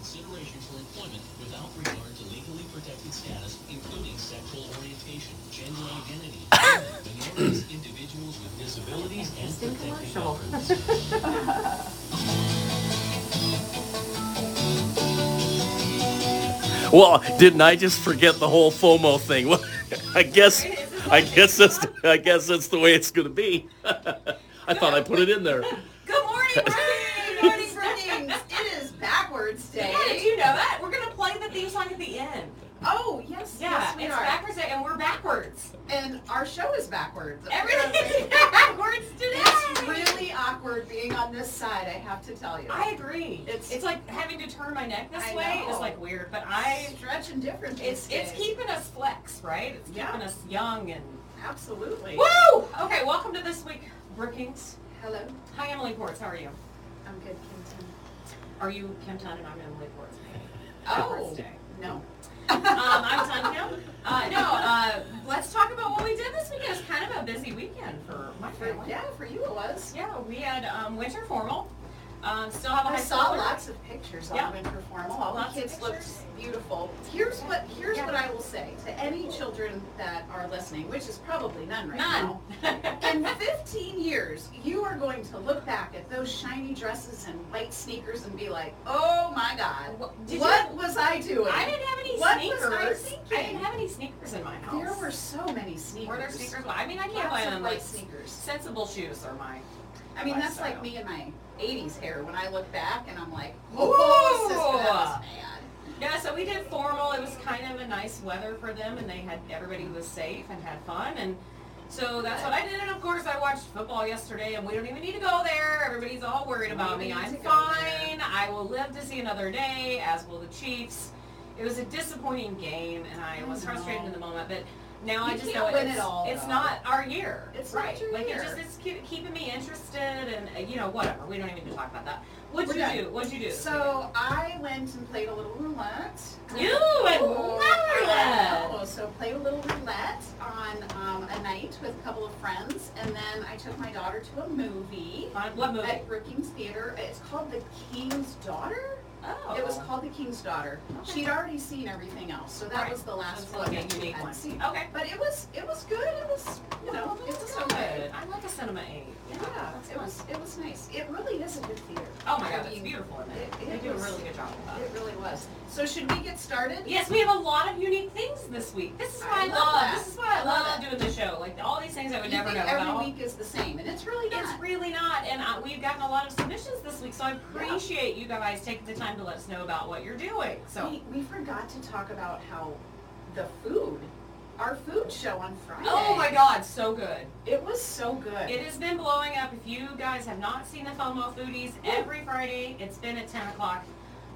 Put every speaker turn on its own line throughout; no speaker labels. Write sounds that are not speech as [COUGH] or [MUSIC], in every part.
consideration for employment without regard to legally protected status, including sexual orientation, gender identity, women, minorities, individuals with disabilities, and
It's been
protected
commercial.
others.
Well, didn't I just forget the whole FOMO thing? [LAUGHS] Well, I guess, I guess that's, I guess that's the way it's gonna be. [LAUGHS] I thought I put it in there.
Good morning, Brittany!
[LAUGHS] Morning, greetings. It is backwards day.
Yeah, did you know that? We're gonna play the theme song at the end.
Oh, yes,
Yeah,
yes, we
it's
are.
backwards day, and we're backwards.
and our show is backwards. [LAUGHS]
Everything's
apparently.
backwards today.
it's really awkward being on this side, I have to tell you.
I agree. It's
It's-
it's like having to turn my neck this
I
way is
know.
like weird, but I
stretching different
it's
these
it's
days.
keeping us flex, right? It's
Yeah.
keeping us young and
Absolutely.
woo. Okay, welcome to this week, Brookings.
Hello, Oh.
Hi, Emily Ports. How are you?
I'm good, Kenton.
Are you Kim Tan and I'm Emily Ports?
Oh,
Backwards day.
no.
um, I'm Tanya. Uh, no, uh, let's talk about what we did this weekend. It was kind of a busy weekend for my
For,
family.
yeah, for you it was.
Yeah, we had um, winter formal. Um, still have a high
I saw
schooler.
lots of pictures
Yeah.
on winter formal. All
Lots
the
of
kids looked
pictures.
beautiful. Here's what here's
Yeah.
what I will say to any children that are listening, which is probably none right
None.
now. In 15 years, you are going to look back at those shiny dresses and white sneakers and be like, "Oh my God,
What- did
what
you-
was I doing?"
[LAUGHS] I didn't have any
What was
sneakers.
I
didn't
thinking?
have any sneakers in my house.
there were so many sneakers.
Were there sneakers? Well, I mean, I can't
Lots
buy
of
them
white
like
sneakers.
sensible shoes are my.
I mean, that's
lifestyle.
like me and my 80s hair. When I look back and I'm like,
Ooh.
"Oh, sister, that was bad."
Yeah, so we did formal. It was kind of a nice weather for them, and they had everybody was safe and had fun, and so that's what I did. And of course, I watched football yesterday, and we don't even need to go there. Everybody's all worried about
We
me.
don't need
I'm
to go
fine. I will live to see another day, as will the Chiefs. It was a disappointing game, and I
I
was
know.
frustrated in the moment, but. Now I
You
just
can't
know
win
it's,
it all,
it's
though.
not our year.
It's not
right.
your
like
year.
it just it's keep, keeping me interested, and uh, you know whatever. We don't even need to talk about that. What'd
We're
you
done.
do? What'd you do? this weekend?
So I went and played a little roulette.
You and Wonderland.
Oh, so played a little roulette on um, a night with a couple of friends, and then I took my daughter to a movie
On what movie?
at Brookings Theater. It's called The King's Daughter.
Oh.
It was called The King's Daughter.
Okay.
She'd already seen everything else, so that
Right.
was the
That's
last one
like a
that we
unique
had
one.
seen.
Okay.
But it was it was good. It was you know it
it's
was
so good.
okay.
I like a cinema eight.
Yeah,
That's
it
fun.
was it was nice. It really is a good theater.
Oh my
I
god, it's
mean,
beautiful in there.
it- it
They do a
was-
really good job with
It
that.
really was. So should we get started?
Yes, we have a lot of unique things this week. This is
I
what I,
love
love.
that.
This is what I
I love
love doing the show. Like all these things I would
You
never
think
know
every
about.
week is the same, and it's really
It's
not.
really not, and uh, we've gotten a lot of submissions this week, so I appreciate you guys taking the time to let us know about what you're doing. So,
we, we forgot to talk about how the food, our food show on Friday.
oh my God, so good.
It was so good.
It has been blowing up. If you guys have not seen the FOMO Foodies, every Friday, it's been at 10 o'clock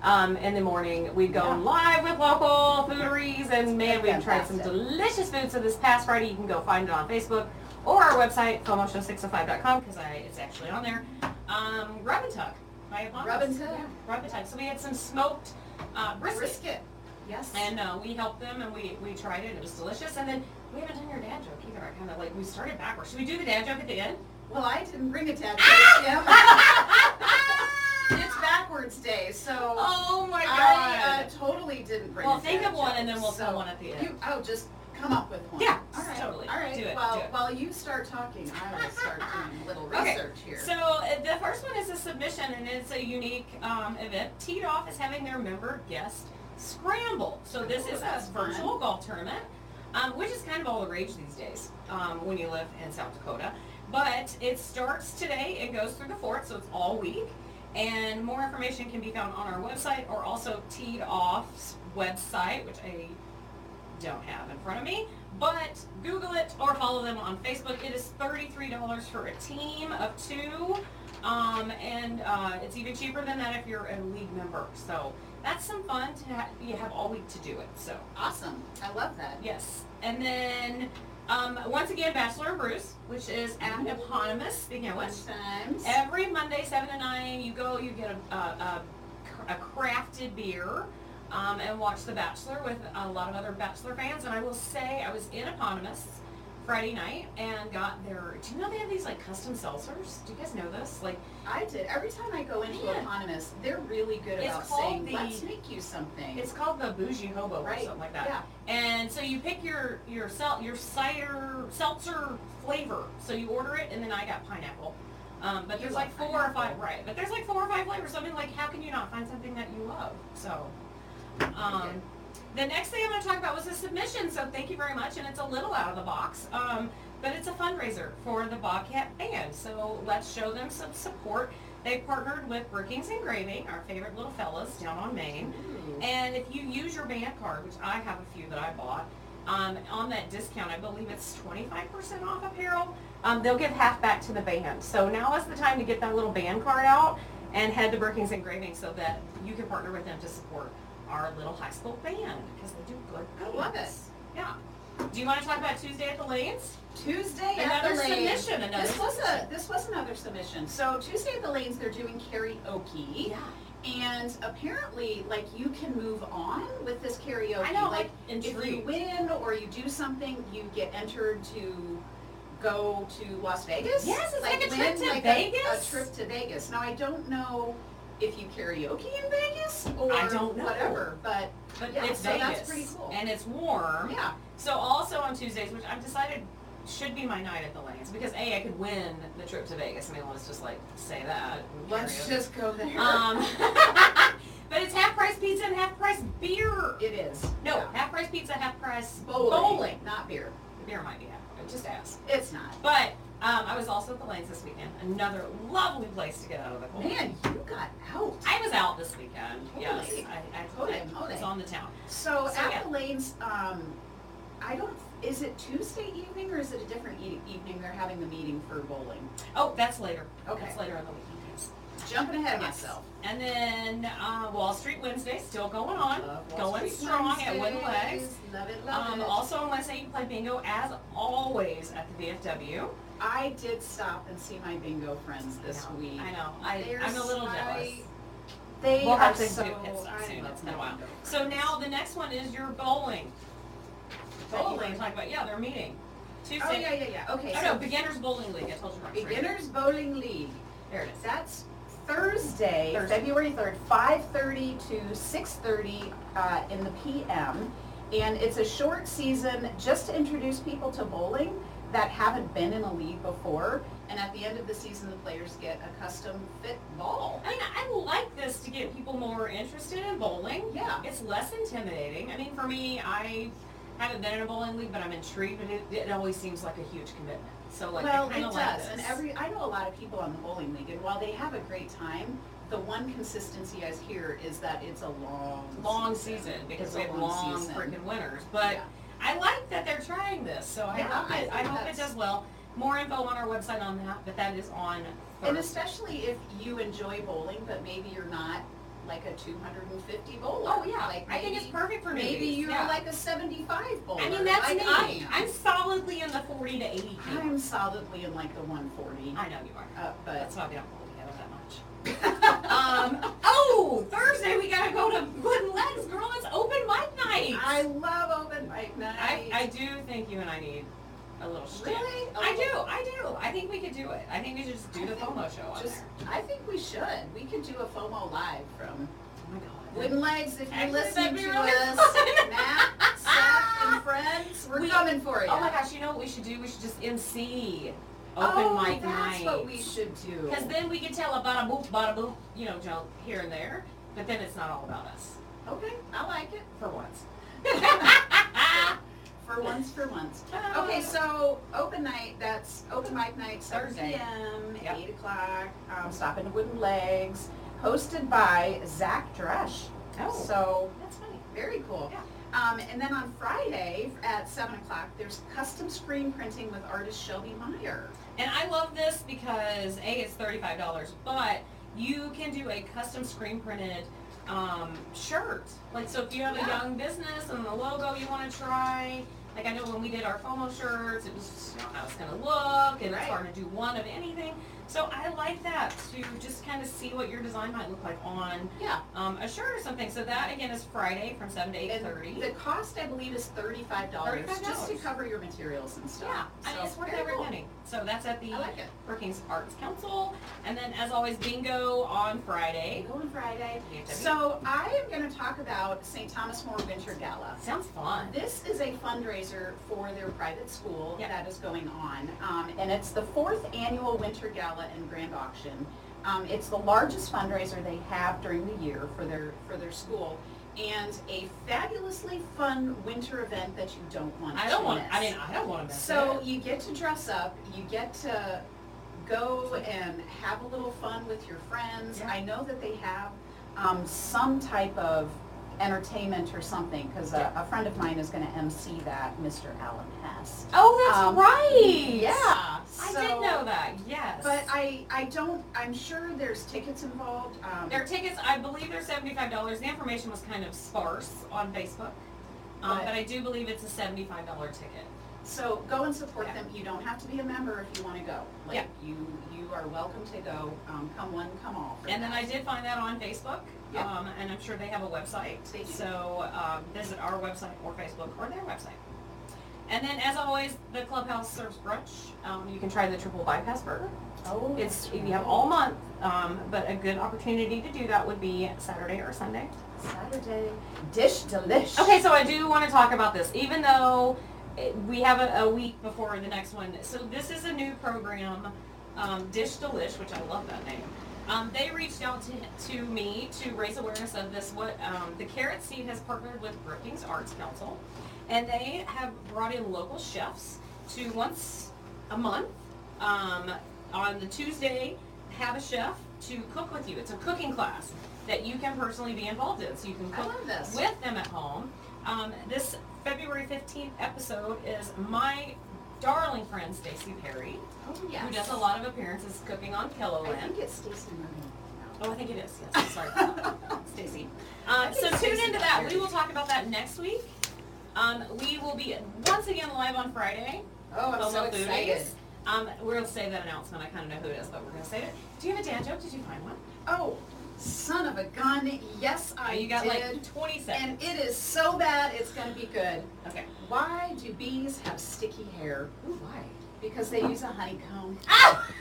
um, in the morning. We've gone live with local fooderies, and man, we've tried some
Fantastic.
delicious food. So this past Friday, you can go find it on Facebook or our website, FOMOshow605.com, because it's actually on there. Um, Rub and Tuck. by Apollos.
Rub and Tuck.
Yeah, Rub and Tuck. So we had some smoked uh, brisket.
brisket. Yes.
And uh, we helped them, and we, we tried it. and It was delicious. And then we haven't done your dad joke either. I kind of like we started backwards. Should we do the dad joke at the end?
well, I didn't bring a [LAUGHS] tattoo. [LAUGHS] it's backwards day, so
Oh my
I uh, totally didn't bring.
Well,
a
think
dad
of one
joke,
and then we'll
so
tell one at the end.
You, oh, just come up with one.
Yeah,
All right.
totally.
All right.
Do it,
Well,
do it.
while you start talking,
[LAUGHS]
I will start doing a little
Okay,
research here.
so uh, the first one is a submission, and it's a unique um, event. Teed Off is having their member guest scramble. So this
Ooh,
is a
Oh, that's fun.
virtual golf tournament, um, which is kind of all the rage these days um, when you live in South Dakota. But it starts today. It goes through the fourth, so it's all week. And more information can be found on our website or also Teed Off's website, which I don't have in front of me. But Google it or follow them on Facebook. It is $33 for a team of two. Um, and uh, it's even cheaper than that if you're a league member. So that's some fun to ha- you have all week to do it. So
awesome. I love that.
yes. And then um, once again, Bachelor and Bruce, which is at eponymous, speaking of
Fun
which,
times.
Every Monday, seven to nine, you go, you get a, a, a, a crafted beer um, and watch The Bachelor with a lot of other Bachelor fans. And I will say, I was in Eponymous Friday night and got their. Do you know they have these like custom seltzers? Do you guys know this? Like
I did. Every time I go into
Man.
Economist, they're really good
It's
about
called
saying,
the-
let's make you something.
it's called the bougie hobo or
Right,
something like that.
yeah.
And so you pick your your sel- your cider seltzer flavor. So you order it, and then I got pineapple. Um, but
You
there's
love
like four or five
pineapple.
right. But there's like four or five flavors. I mean, like how can you not find something that you love? So. Um, the next thing I'm going to talk about was a submission, so thank you very much, and it's a little out of the box, um, but it's a fundraiser for the Bobcat Band. So let's show them some support. They partnered with Brookings Engraving, our favorite little fellas down on Main.
Ooh.
And if you use your band card, which I have a few that I bought, um, on that discount, I believe it's 25% off apparel, um, they'll give half back to the band. So now is the time to get that little band card out and head to Brookings Engraving so that you can partner with them to support our little high school band because they do good
I
things.
love it.
Yeah. Do you want to talk about Tuesday at the Lanes?
Tuesday
Another
at the Lanes.
submission, another
This was a
submission.
this was another submission. So Tuesday at the Lanes, they're doing karaoke, and apparently, like you can move on with this karaoke.
I know,
like
I'm
if you
intrigued.
win or you do something, you get entered to go to Las Vegas.
Yes, it's like a trip
win,
to
like a-
Vegas.
A, trip to Vegas. Now I don't know if you karaoke in Vegas or
I don't know.
whatever, but
But
Yeah,
it's
so
Vegas.
that's pretty cool.
And it's warm.
yeah,
So also on Tuesdays, which I've decided should be my night at the Lanes because A, I could win the trip to Vegas. I mean, let's just like say that.
let's
Karaoke.
just go
[LAUGHS]
there.
Um, but it's half price pizza and half price beer.
it is
No,
yeah.
half price pizza, half price
bowling,
bowling.
not beer.
The beer might be half. price, Just ask.
It's not.
But um, I was also at the Lanes this weekend. Another lovely place to get out of the cold.
Man, you got out.
Oh. I was out this weekend. Yes,
Holy.
I, I,
Holy
I
moly.
was on the town.
So,
So,
at
yeah.
the lanes, um, I don't. Is it Tuesday evening or is it a different e- evening? They're having the meeting for bowling.
Oh, that's later.
Okay.
That's later in the weekend.
Jumping ahead of
Yes.
myself.
And then uh, Wall Street Wednesday still going on,
Love Wall
going
Street
strong at Wooden
Wednesdays.
Legs.
Love it, love
Um,
it.
also on Wednesday you play bingo as always at the VFW.
I did stop and see my bingo friends this
I know,
week.
I know. I,
They're
I'm a little
so-
jealous.
They
We'll
are
have to do it
so.
soon.
I
It's been a
love
while.
bingo friends.
So now the next one is your bowling. That you want
Bowling.
to talk about? Yeah, they're meeting Tuesday.
Oh yeah, yeah, yeah. Okay.
Oh,
so
no, beginners bowling league. I told you. about it.
beginners bowling league.
There it is.
That's Thursday,
Thursday.
February 3rd, 5:30 to 6:30 uh, in the PM. And it's a short season just to introduce people to bowling that haven't been in a league before. And at the end of the season, the players get a custom fit ball.
I mean, I like this to get people more interested in bowling.
Yeah.
It's less intimidating. I mean, for me, I haven't been in a bowling league, but I'm intrigued, but it, it always seems like a huge commitment. So like,
well,
I
it
kind
does.
of like this.
And every I know a lot of people on the bowling league, and while they have a great time, the one consistency I hear is that it's a long,
long season because
It's
we
a
have
long
long
season.
freaking winters. But
Yeah.
I like that they're trying this, so I
Yeah,
hope
I
it, I
think
hope it
that's-
does well. More info on our website on that, but that is on
And
Thursday.
especially if you enjoy bowling, but maybe you're not like a 250 bowler.
Oh yeah,
like
I think it's perfect for
Maybe
newbies,
you're
yeah.
like a 75 bowler.
I mean that's
like
me.
I
I'm solidly in the forty to eighty.
am. I'm solidly in like the 140.
I know you are.
Uh, but
That's why we don't pull together that much. um, oh, Thursday we gotta go to Wooden Legs, girl. It's open mic night.
I love open mic night.
I, I do think you and I need a little shit.
Really?
I do. I do. I think we could do it. I think we should just do the FOMO show on
Just,
there.
I think we should. We could do a FOMO live from
Oh my god.
Wooden Legs. If you're
Actually, that'd
listening
be
to
really
us,
fun.
Matt, Seth,
[LAUGHS]
and friends, we're
We-
coming for you.
Oh my gosh! You know what we should do? We should just MC open
Oh,
mic
that's
night.
what we should do.
Because then we can tell a bada boop, bada boop, you know, junk here and there. But then it's not all about us
Okay, I like it.
for once.
For once, for [LAUGHS] once. Okay, so open night, that's open mic night,
Thursday.
Thursday, PM,
Yep.
eight o'clock, um, stop into Wooden Legs, hosted by Zach Dresch.
Oh.
So,
that's funny.
very cool.
Yeah.
Um, and then on Friday at seven o'clock, there's custom screen printing with artist Shelby Meyer.
And I love this because a it's thirty five dollars, but you can do a custom screen printed um, shirt. Like so, if you have a
Yeah.
young business and the logo you want to try, like I know when we did our FOMO shirts, it was just, you know how it's gonna look, and
Right.
it's hard to do one of anything. So I like that to just kind of see what your design might look like on
Yeah.
um, a shirt or something. So that again is Friday from seven to eight thirty.
And the cost, I believe, is thirty-five dollars, just to
$35.
cover your materials and
Yeah,
stuff.
I mean,
So,
it's worth
very
every
cool.
penny. So that's at the
I like it.
Brookings Arts Council. And then as always, bingo on Friday.
Go on Friday.
Yeah, Debbie.
So I am gonna talk about St. Thomas More Winter Gala.
Sounds fun.
This is a fundraiser for their private school
Yeah.
that is going on, um, and it's the fourth annual Winter Gala and Grand Auction. Um, it's the largest fundraiser they have during the year for their for their school, and a fabulously fun winter event that you don't want.
I don't
to
want,
miss.
I mean, I don't want to miss
So
it.
you get to dress up, you get to go and have a little fun with your friends.
Yeah.
I know that they have um, some type of entertainment or something because a, a friend of mine is going to MC that, Mr. Alan Hess.
Oh, that's
Um,
right.
Yeah.
I
so-
did know that, yes.
But I, I don't, I'm sure there's tickets involved. Um,
Their tickets, I believe they're seventy-five dollars. The information was kind of sparse on Facebook. Um,
But-
but I do believe it's a seventy-five dollar ticket.
So go and support
Yeah.
them. You don't have to be a member if you want to go. Like you, you are welcome to go. Um, come one, come all. for
And then
that.
I did find that on Facebook,
Yeah.
um, and I'm sure they have a website.
They do.
So um, visit our website or Facebook or their website. And then, as always, the clubhouse serves brunch. Um, you can try the triple bypass burger.
Oh,
It's
that's
we have
right.
all month, um, but a good opportunity to do that would be Saturday or Sunday.
Saturday. Dish delish.
Okay, so I do want to talk about this, even though it, we have a, a week before the next one. So this is a new program, um, Dish Delish, which I love that name. Um, they reached out to, to me to raise awareness of this. What um, the Carrot Seed has partnered with Brookings Arts Council, and they have brought in local chefs to once a month um, on the Tuesday have a chef to cook with you. It's a cooking class that you can personally be involved in. So you can
I
cook
love this.
with them at home. Um, this February 15th episode is my darling friend Stacy Perry,
Oh, yes.
who does a lot of appearances cooking on
I
Pillowland.
think it's Stacy
Oh, I think it is. Yes, I'm
[LAUGHS]
sorry, about that. Stacy. Uh,
I
so
think
tune
Stacy
into that.
Perry.
We will talk about that next week. Um, we will be once again live on Friday.
Oh, I'm so
Homo Foodies.
excited.
Um, we're gonna save that announcement. I kind of know who it is, but we're gonna save it. Do you have a dad joke? Did you find one? Uh,
Oh, son of a gun. Yes, I
Oh, you got
did.
like 20
and
seconds.
it is so bad, it's going to be good.
okay.
Why do bees have sticky hair?
Ooh, why?
Because they use
[LAUGHS]
a honeycomb.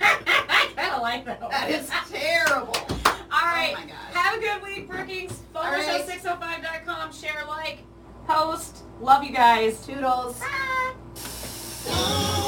I kind of like that. one.
That is terrible.
All right.
Oh my gosh.
Have a good week, Brookings. Follow
All right.
show 605.com. Share, like, post. Love you guys.
Toodles.
Bye.
Oh,